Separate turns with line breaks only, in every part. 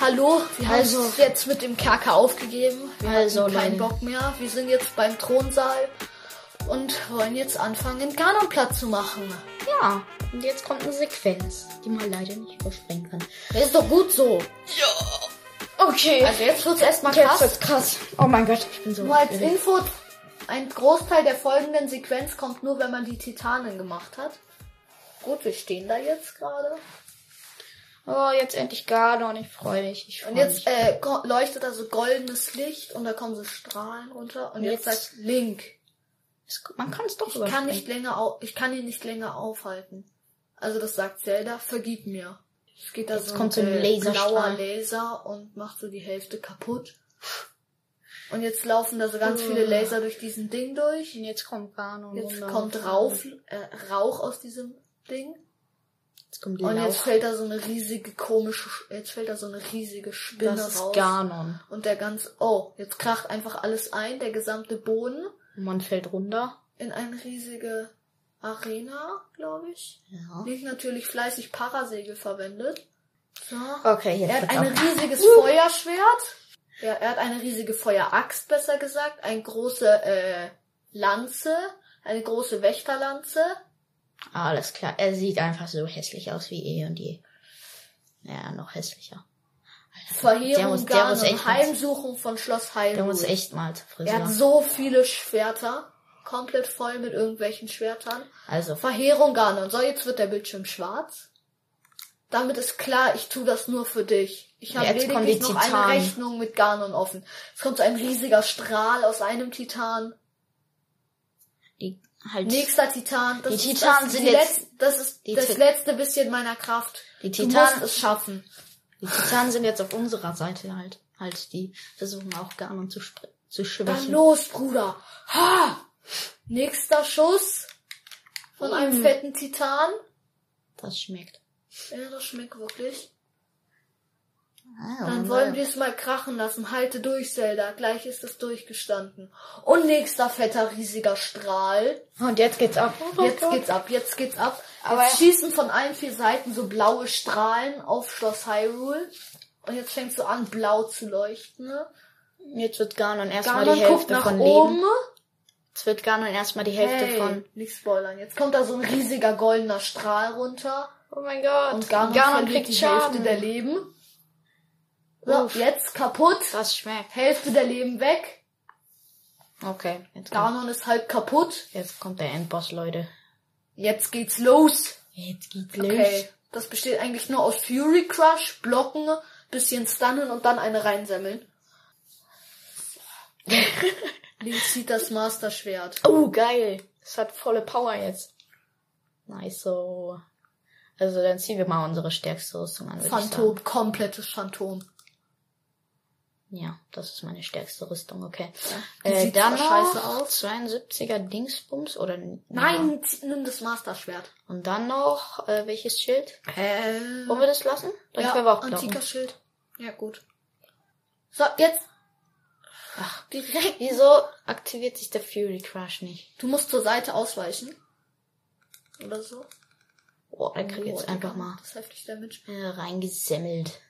Hallo, wir
Also.
haben es jetzt mit dem Kerker aufgegeben. Wir
Also,
haben keinen
Leute.
Bock mehr. Wir sind jetzt beim Thronsaal und wollen jetzt anfangen, den Kanonplatz zu machen.
Ja, und jetzt kommt eine Sequenz, die man leider nicht überspringen kann.
Das ist doch gut so.
Okay.
Also jetzt wird's erstmal
Jetzt
krass.
wird's krass. Oh mein Gott, ich bin so.
Nur als
aufgeregt.
Info, ein Großteil der folgenden Sequenz kommt nur, wenn man die Titanen gemacht hat. Gut, wir stehen da jetzt gerade.
Oh, jetzt endlich Ganon, ich freue mich. Ich freu
Und jetzt
mich.
äh, ko- leuchtet also goldenes Licht und da kommen so Strahlen runter. Und jetzt,
Jetzt-
sagt Link,
Es- man kann es doch
ich kann
überspringen.
nicht länger au ich kann ihn nicht länger aufhalten. Also das sagt Zelda, vergib mir. Es geht da
Jetzt
so
kommt so ein Laserstrahl.
blauer Laser und macht so die Hälfte kaputt. Und jetzt laufen da so ganz viele
Ugh.
Laser durch diesen Ding durch.
Oh. Und jetzt kommt Ganon.
Jetzt
Wunder.
kommt Rauch, äh, Rauch aus diesem Ding.
Jetzt kommt
Und jetzt
Lauch.
fällt da so eine riesige komische, Sch- jetzt fällt da so eine riesige Spinne
das ist
raus.
Ganon.
Und der ganz, oh, jetzt kracht einfach alles ein, der gesamte Boden
Und man fällt runter.
in eine riesige Arena, glaube ich.
Ja.
Link natürlich fleißig Parasegel verwendet. So.
Okay, jetzt
Er hat
wird's
ein
auch-
riesiges Feuerschwert. Ja, er hat eine riesige Feueraxt, besser gesagt. Eine große äh, Lanze. Eine große Wächterlanze.
Alles klar. Er sieht einfach so hässlich aus wie eh und je. Ja, noch hässlicher. Der muss-
Verheerung,
der muss echt
Garnung,
was-
Heimsuchung von Schloss
Der muss
Heilmut.
echt mal zu
Er hat
Friseur.
so viele Schwerter. Komplett voll mit irgendwelchen Schwertern.
Also,
Verheerung, Garnon. So, jetzt wird der Bildschirm schwarz. Damit ist klar, ich tue das nur für dich. Ich habe
Jetzt kommen
lediglich
die
noch eine
Titanen.
Rechnung mit Ganon offen. Es kommt so ein riesiger Strahl aus einem Titan.
die halt.
Nächster Titan. Das
Die
ist-
Titanen
das,
sind
die
jetzt-
Letz, das ist
die
das
Tit-
letzte bisschen meiner Kraft.
Die
Du
Titanen-
musst es schaffen.
Die Titanen sind jetzt auf unserer Seite halt. Halt, die versuchen auch Ganon zu, spr- zu
Dann
schwächen.
los, Bruder. Ha! Nächster Schuss von einem
Mm.
fetten Titan.
Das schmeckt.
Ja, das schmeckt wirklich.
Ah,
Dann
wunderbar.
wollen wir es mal krachen lassen. Halte durch, Zelda. Gleich ist es durchgestanden. Und nächster fetter, riesiger Strahl.
Und jetzt geht's ab.
Jetzt geht's ab, jetzt geht's ab.
Oh Aber-
jetzt schießen von allen vier Seiten so blaue Strahlen auf Schloss Hyrule. Und jetzt fängt so an, blau zu leuchten. ne?
Jetzt wird Ganon erstmal
Ganon
die
guckt
Hälfte
nach
von
oben.
Leben. Jetzt wird Ganon erstmal die Hälfte
Hey,
von.
nicht spoilern. Jetzt kommt da so ein riesiger goldener Strahl runter.
Oh mein Gott.
Und Ganon, verliert die Hälfte der Leben. So,
Uff.
jetzt kaputt.
Das schmeckt.
Hälfte der Leben weg.
Okay. Jetzt kommt,
Ganon ist halb kaputt.
jetzt kommt der Endboss, Leute.
Jetzt geht's los.
Jetzt geht's
Okay. Das besteht eigentlich nur aus Fury Crush, Blocken, bisschen stunnen und dann eine reinsemmeln. Links zieht das Master Schwert.
Oh, geil. Es hat volle Power jetzt. Nice so. Also dann ziehen wir mal unsere stärkste Rüstung an. würd ich sagen.
Phantom, komplettes Phantom.
Ja, das ist meine stärkste Rüstung, okay.
Die
Äh,
sieht
dann
zwar scheiße
noch 72er Dingsbums oder Ja.
Nein, zieh- nimm das Master Schwert.
Und dann noch äh, welches Schild?
Äh,
Wollen wir das lassen? Oh, Dann können wir
ja,
auch blocken.
antiker Schild. Ja, gut. So, jetzt
Ach,
direkt.
wieso aktiviert sich der Fury Crush nicht?
Du musst zur Seite ausweichen. Oder so.
Boah, da krieg ich
Oh,
jetzt einfach
Digga,
mal
Das ist heftig Damage.
äh, reingesemmelt.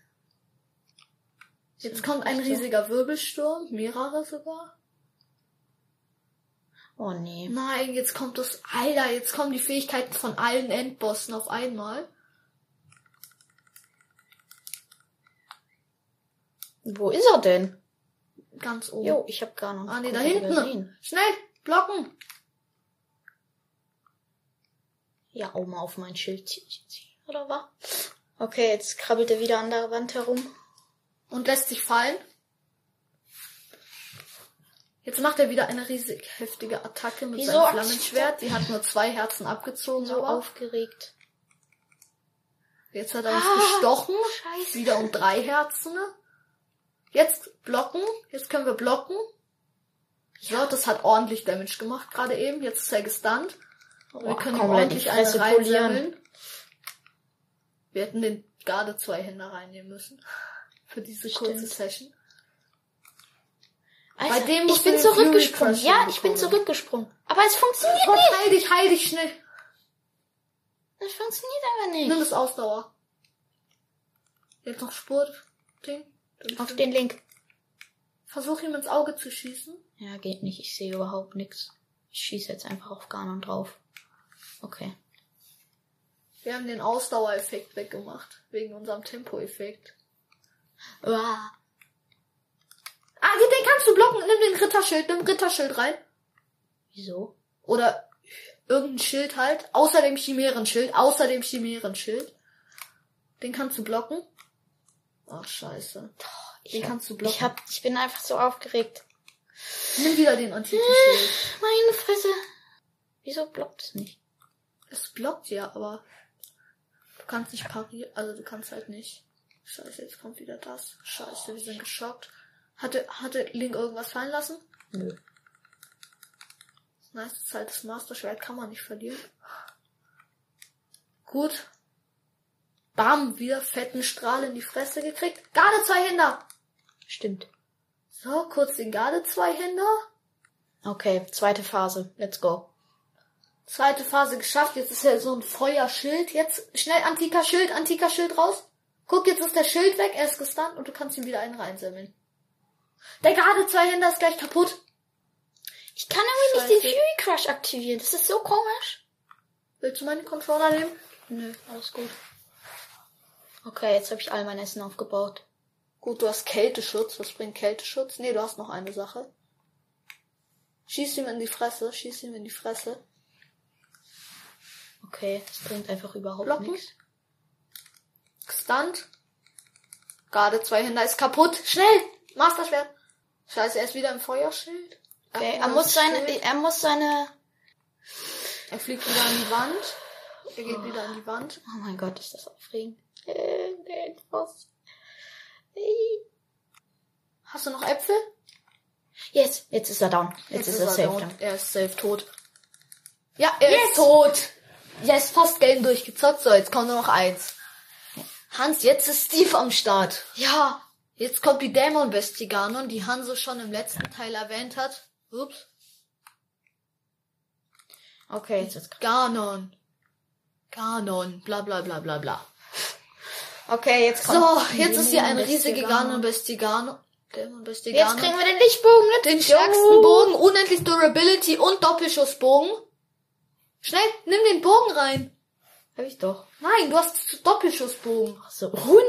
Jetzt kommt ein riesiger Wirbelsturm, mehrere sogar.
Oh nee.
Nein, jetzt kommt das. Alter, jetzt kommen die Fähigkeiten von allen Endbossen auf einmal.
Wo ist er denn?
Ganz oben.
Oh, Jo, ich hab gar noch
Ah, nee,
nicht
da hinten.
gesehen.
Schnell, blocken!
Ja, auch mal auf mein Schild ziehen, ziehen, oder was? Okay, jetzt krabbelt er wieder an der Wand herum.
Und lässt sich fallen. Jetzt macht er wieder eine riesig heftige Attacke mit
Wieso
seinem Flammenschwert. Die hat nur zwei Herzen abgezogen,
So
aber
aufgeregt.
jetzt hat er
Ah!
uns gestochen.
Scheiße.
Oh, Wieder um drei Herzen. Jetzt blocken. Jetzt können wir blocken. Ja, das hat ordentlich Damage gemacht gerade eben. Jetzt ist er gestunt. Und wir
Boah,
können ihm
komm, lass die
ordentlich eine
Fresse polieren.
reinsammeln. Wir hätten den gerade zwei Hände reinnehmen müssen. Für diese kurze
Stimmt.
Session.
Alter,
Bei dem
Also, ich
musst du
bin
den
zurückgesprungen.
Fury Crush
Ja, ich bin
hinbekommen.
zurückgesprungen. Aber es funktioniert
Gott,
nicht.
Oh, heil dich, heil dich schnell.
Es funktioniert aber
Nimm
nicht.
das Ausdauer. Jetzt noch Spurt. Ding. Ding,
Auf
ding.
den Link.
Versuch ihm ins Auge zu schießen.
Ja, geht nicht. Ich sehe überhaupt nichts. Ich schieße jetzt einfach auf Ganon drauf. Okay.
Wir haben den Ausdauereffekt weggemacht. Wegen unserem Tempoeffekt.
Uah.
Ah, den- den kannst du blocken. Nimm den Ritterschild. Nimm Ritterschild rein.
Wieso?
Oder irgendein Schild halt. Außer dem Chimärenschild. Außer dem Chimärenschild. Den kannst du blocken. Ach, scheiße. Den
ich hab,
kannst du blocken.
Ich, hab, ich bin einfach so aufgeregt.
Nimm wieder den antiken Schild.
Meine Fresse. Wieso blockt es nicht?
Es blockt ja, aber du kannst nicht parieren. Also du kannst halt nicht. Scheiße, jetzt kommt wieder das. Scheiße, wir sind geschockt. Hatte, hatte Link irgendwas fallen lassen?
Nö.
Nice, das ist halt das Master Schwert kann man nicht verlieren. Gut. Bam, wieder fetten Strahl in die Fresse gekriegt. Garde zwei Händer.
Stimmt.
So, kurz den Garde zwei Händer.
Okay, zweite Phase. Let's go.
Zweite Phase geschafft. Jetzt ist ja so ein Feuerschild. Jetzt schnell antiker Schild, antiker Schild raus. Guck, jetzt ist der Schild weg. Er ist gestunt und du kannst ihm wieder einen reinsammeln. Der Garde zwei Händer ist gleich kaputt.
Ich kann irgendwie nicht
Scheiße.
den Fury Crush aktivieren. Das ist so komisch.
Willst du meinen Controller nehmen?
Nö, alles gut. Okay, jetzt habe ich all mein Essen aufgebaut.
Gut, du hast Kälteschutz. Was bringt Kälteschutz? Nee, du hast noch eine Sache. Schieß ihm in die Fresse, schieß ihm in die Fresse.
Okay, das bringt einfach überhaupt
Blocken.
nichts.
Stunt. Garde zwei Händer ist kaputt. Schnell! Masterschwert. Scheiße, er ist wieder im Feuerschild.
Okay,
Ach,
er muss seine,
Schild.
er muss seine.
Er fliegt wieder an die Wand. Er geht wieder an die Wand.
Oh mein Gott, ist das aufregend. Äh, der Endboss. Äh.
Hast du noch Äpfel?
Yes, jetzt ist er down. Jetzt, ist, er safe down.
Er ist safe tot. Ja, er
Yes!
ist tot. Yes, fast Game durchgezockt. So, jetzt kommt nur noch eins. Hans, jetzt ist Steve am Start.
Ja,
Jetzt kommt die Dämon-Bestie Ganon, die Hanse schon im letzten Teil erwähnt hat. Ups.
Okay, jetzt wird's krass.
Ganon. Ganon. Bla bla bla bla bla.
Okay, jetzt kommt.
So, jetzt ist hier eine
Dämon,
riesige
Bestie, Ganon.
Ganon-Bestie Ganon. Dämon-Bestie
Jetzt
Ganon.
kriegen wir den Lichtbogen, ne?
den stärksten Bogen, unendlich Durability und Doppelschussbogen. Schnell, nimm den Bogen rein.
Hab ich doch.
Nein, du hast Doppelschussbogen.
Ach so, 100?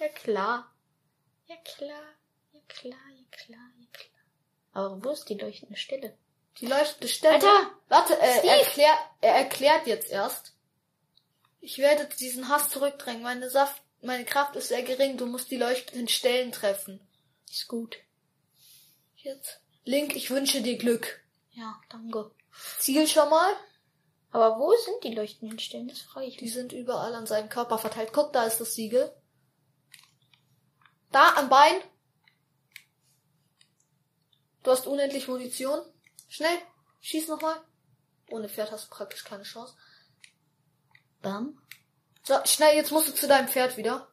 ja klar. Ja klar. Ja klar, ja klar, ja klar. Aber wo ist die leuchtende Stille?
Die leuchtende Stelle.
Alter,
Warte, äh,
Steve.
erklär, er erklärt jetzt erst. Ich werde diesen Hass zurückdrängen. Meine Saft, meine Kraft ist sehr gering. Du musst die leuchtenden Stellen treffen.
Ist gut.
Jetzt. Link, ich wünsche dir Glück.
Ja, danke.
Ziel schon mal.
Aber wo sind die leuchtenden Stellen? Das frage ich
Die
mich.
sind überall an seinem Körper verteilt. Guck, da ist das Siegel. Da, am Bein. Du hast unendlich Munition. Schnell, schieß nochmal. Ohne Pferd hast du praktisch keine Chance.
Bam.
So, schnell, jetzt musst du zu deinem Pferd wieder.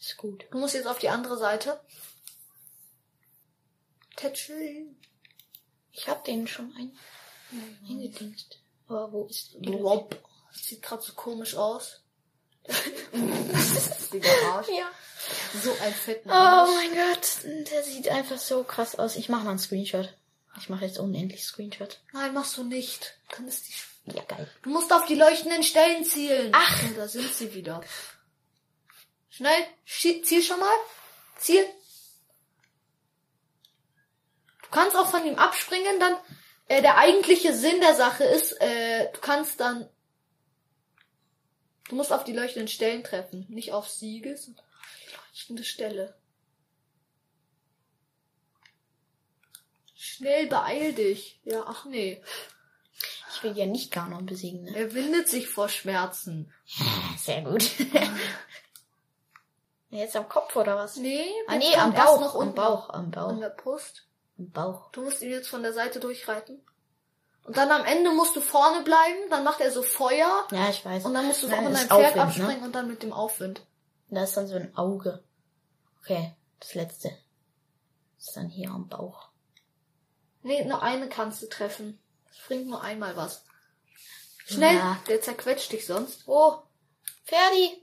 Ist gut.
Du musst jetzt auf die andere Seite. Tätscheln.
Ich hab den schon ein Mhm. eingedingst. Aber wo ist die
Wop. Sieht gerade so komisch aus. Digga, Arsch.
Ja.
so ein fetten
Oh
Arsch.
mein Gott, der sieht einfach so krass aus. Ich mache mal einen Screenshot. Ich mache jetzt unendlich Screenshot.
Nein, machst du nicht. Dann ist die
Ja, geil.
Du musst auf die leuchtenden Stellen zielen.
Ach.
Ja, da sind sie wieder. Schnell, schie- ziel schon mal. Ziel. Du kannst auch von ihm abspringen, dann äh, der eigentliche Sinn der Sache ist, äh, du kannst dann du musst auf die leuchtenden Stellen treffen, nicht auf Siegel, sondern auf die leuchtende Stelle. Schnell beeil dich. Ja, ach nee.
Ich will ja nicht Ganon besiegen, ne?
Er windet sich vor Schmerzen.
Sehr gut. Jetzt am Kopf oder was?
Nee,
Ah
jetzt
nee, am
kommt erst
Bauch,
Noch
am
unten.
Bauch, am
An
Bauch,
der Brust.
am Bauch.
Du musst ihn jetzt von der Seite durchreiten. Und dann am Ende musst du vorne bleiben, dann macht er so Feuer.
Ja, ich weiß.
Und dann musst du
Nein,
auch in dein
das ist
Pferd
Aufwind, ne?
abspringen und dann mit dem Aufwind.
Da ist dann so ein Auge. Okay, das letzte. Ist dann hier am Bauch.
Nee, nur eine kannst du treffen. Es bringt nur einmal was. Schnell,
Ja.
der zerquetscht dich sonst. Oh,
Ferdi!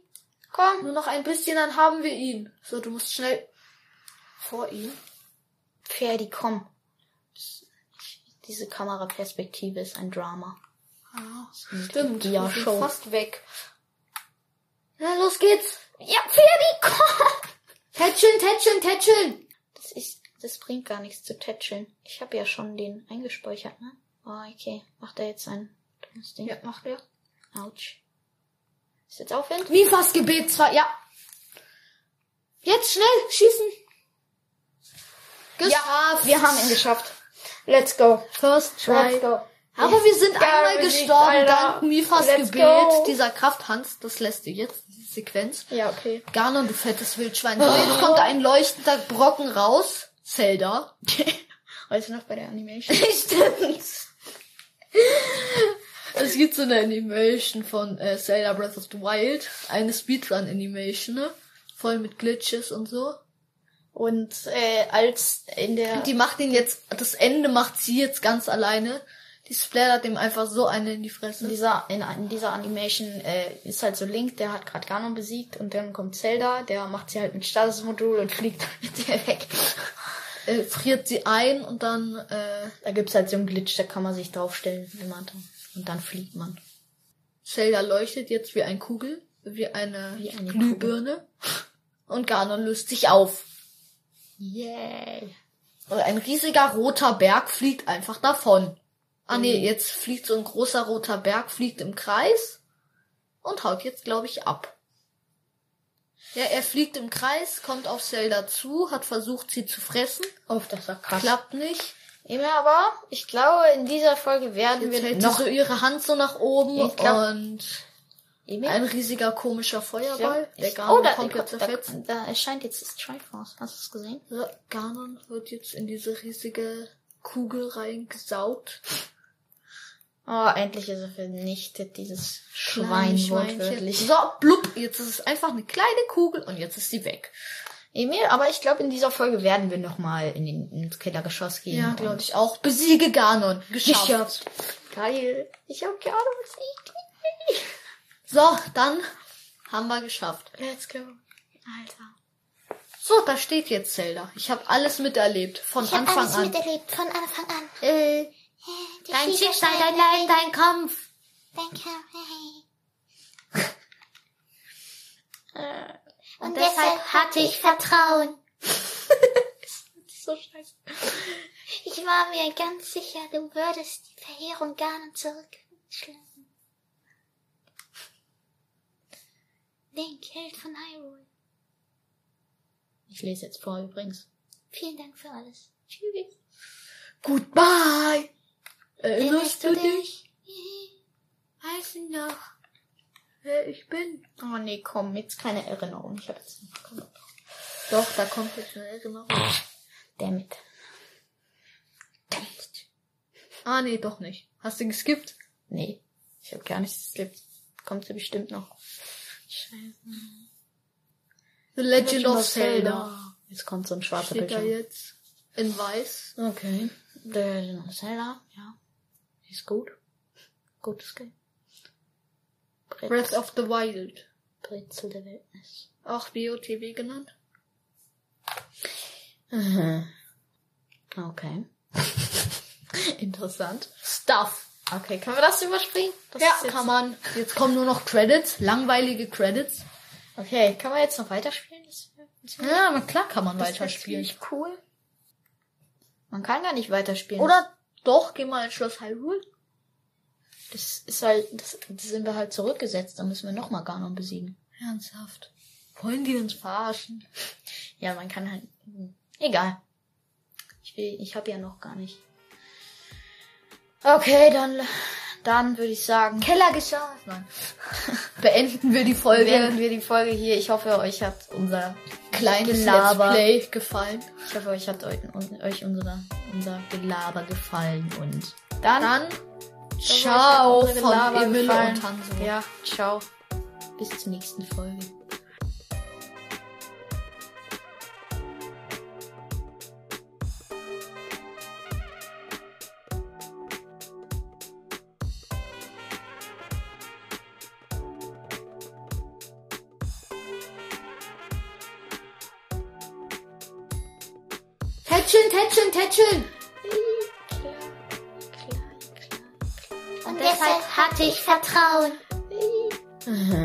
Komm.
Nur noch ein bisschen, dann haben wir ihn. So, du musst schnell vor ihm.
Ferdi, komm. Diese Kameraperspektive ist ein Drama.
Ah,
Eine
stimmt.
Ja,
wir sind
schon.
fast weg. Na, los geht's.
Ja, Ferdi, komm!
Tätscheln, tätscheln, tätscheln.
Das ist, das bringt gar nichts zu tätscheln. Ich habe ja schon den eingespeichert, ne? Oh, okay. Macht er jetzt ein dummes Ding?
Ja, macht er.
Autsch. Ist jetzt Aufwind?
Wie fast Gebet zwar, ja. Jetzt schnell, schießen. Geschafft.
Wir haben ihn geschafft. Let's go.
First try.
Let's go.
Aber wir sind
Geil
einmal
besiegt,
gestorben,
Alter.
dank Mifas
Let's
Gebet,
go.
dieser Kraft Hans, das lässt du jetzt, diese Sequenz.
Ja, okay.
Garnon, du fettes Wildschwein. So, jetzt kommt ein leuchtender Brocken raus. Zelda.
Also noch bei der Animation.
Stimmt. Es gibt so eine Animation von äh, Zelda Breath of the Wild, eine Speedrun-Animation, ne? voll mit Glitches und so.
Und äh, als in der
Die macht ihn jetzt, das Ende macht sie jetzt ganz alleine. Die splattert ihm einfach so eine in die
in
Fresse.
dieser, in, in dieser Animation äh, ist halt so Link, der hat gerade Ganon besiegt und dann kommt Zelda, der macht sie halt mit Statusmodul und fliegt mit der weg.
Äh, friert sie ein und dann, äh,
Da gibt's halt so einen Glitch, da kann man sich draufstellen, wie man da. Und dann fliegt man.
Zelda leuchtet jetzt wie ein Kugel, wie eine,
Wie eine
Glühbirne. Und Ganon löst sich auf.
Yay.
Und ein riesiger roter Berg fliegt einfach davon. Ah nee,
Mhm.
jetzt fliegt so ein großer roter Berg, fliegt im Kreis und haut jetzt, glaube ich, ab. Ja, er fliegt im Kreis, kommt auf Zelda zu, hat versucht, sie zu fressen,
Oh, das war krass.
klappt nicht.
Immer aber, ich glaube, in dieser Folge
Jetzt
werden wir
hält
noch
sie so ihre Hand so nach oben
Ich glaub-
und
Emil?
ein riesiger komischer
Ja,
Feuerball.
ich-
der Ganon
oh, da,
kommt jetzt
da,
zerfetzt.
da, da erscheint jetzt das Triforce. Hast du es gesehen?
Ja, Ganon wird jetzt in diese riesige Kugel reingesaugt.
Oh, endlich ist er vernichtet, dieses
Kleine
Schwein,
Schweinchen.
wortwörtlich.
So, blub, jetzt ist es einfach eine kleine Kugel und jetzt ist sie weg.
Emil, aber ich glaube, in dieser Folge werden wir nochmal in den, ins Kellergeschoss gehen.
Ja,
Und-
glaube ich auch. Besiege Ganon. Geschafft.
Geschafft. Geil. Ich habe gerne besiegt.
So, dann haben wir geschafft.
Let's go. Alter.
So, da steht jetzt Zelda. Ich habe alles miterlebt. Von
Ich habe
Anfang
alles
an.
miterlebt, von Anfang an.
äh,
Die
dein
Fliege
Schicksal,
war
dein Leiden, dein Kampf.
Dein Kampf, hey.
Äh,
Und, deshalb hatte ich Vertrauen.
so scheiße.
Ich war mir ganz sicher, du würdest die Verheerung gar nicht zurückschlagen. Link, Held von Hyrule.
Ich lese jetzt vor übrigens.
Vielen Dank für alles. Tschüss.
Goodbye. Erinnerst du dich? Weiß ich noch, wer ich bin.
Oh nee, komm, jetzt keine Erinnerung. Ich habe jetzt komm.
Doch, da kommt jetzt eine Erinnerung.
Damit.
Ah, nee, doch nicht. Hast du geskippt?
Nee, ich habe gar nichts geskippt. Kommt sie bestimmt noch. Scheiße.
The Legend of Zelda.
Jetzt kommt so ein schwarzer
Steht da
Bildschirm.
jetzt in weiß.
Okay. The Legend of Zelda, ja. Ist gut. Gutes Game. Brett,
Breath of the Wild.
Brezel der Wildnis.
Auch BOTW genannt.
Mhm. Okay. Interessant.
Stuff.
Okay, können wir das überspringen? Das
ja,
ist jetzt-
kann man. Jetzt kommen nur noch Credits. Langweilige Credits.
Okay, kann man jetzt noch weiterspielen? Das wär- das wär-
Ja, na klar kann man
das wär
weiterspielen.
ziemlich cool. Man kann gar nicht weiterspielen.
Oder doch, geh mal ins Schloss Hyrule.
Das ist halt, das, das sind wir halt zurückgesetzt, dann müssen wir nochmal Ganon besiegen.
Ernsthaft. Wollen die uns verarschen?
Ja, man kann halt. hm, Egal. Ich will, ich habe ja noch gar nicht. Okay, dann, dann würde ich sagen,
Keller geschafft. Nein. Beenden wir die Folge.
beenden wir die Folge hier. Ich hoffe, euch hat unser
Kleines
Gelaber.
Let's Play gefallen.
Ich hoffe, euch hat euch, euch unser, unser Gelaber gefallen und dann,
Dann
Ich hoffe, euch hat
ciao
unser
von
Gelaber
Emil
gefallen.
und Hanso.
Ja, ciao. Bis zur nächsten Folge.
Tätscheln, tätscheln, tätscheln.
Klar, klar, klar.
Und deshalb hatte ich Vertrauen.
klar.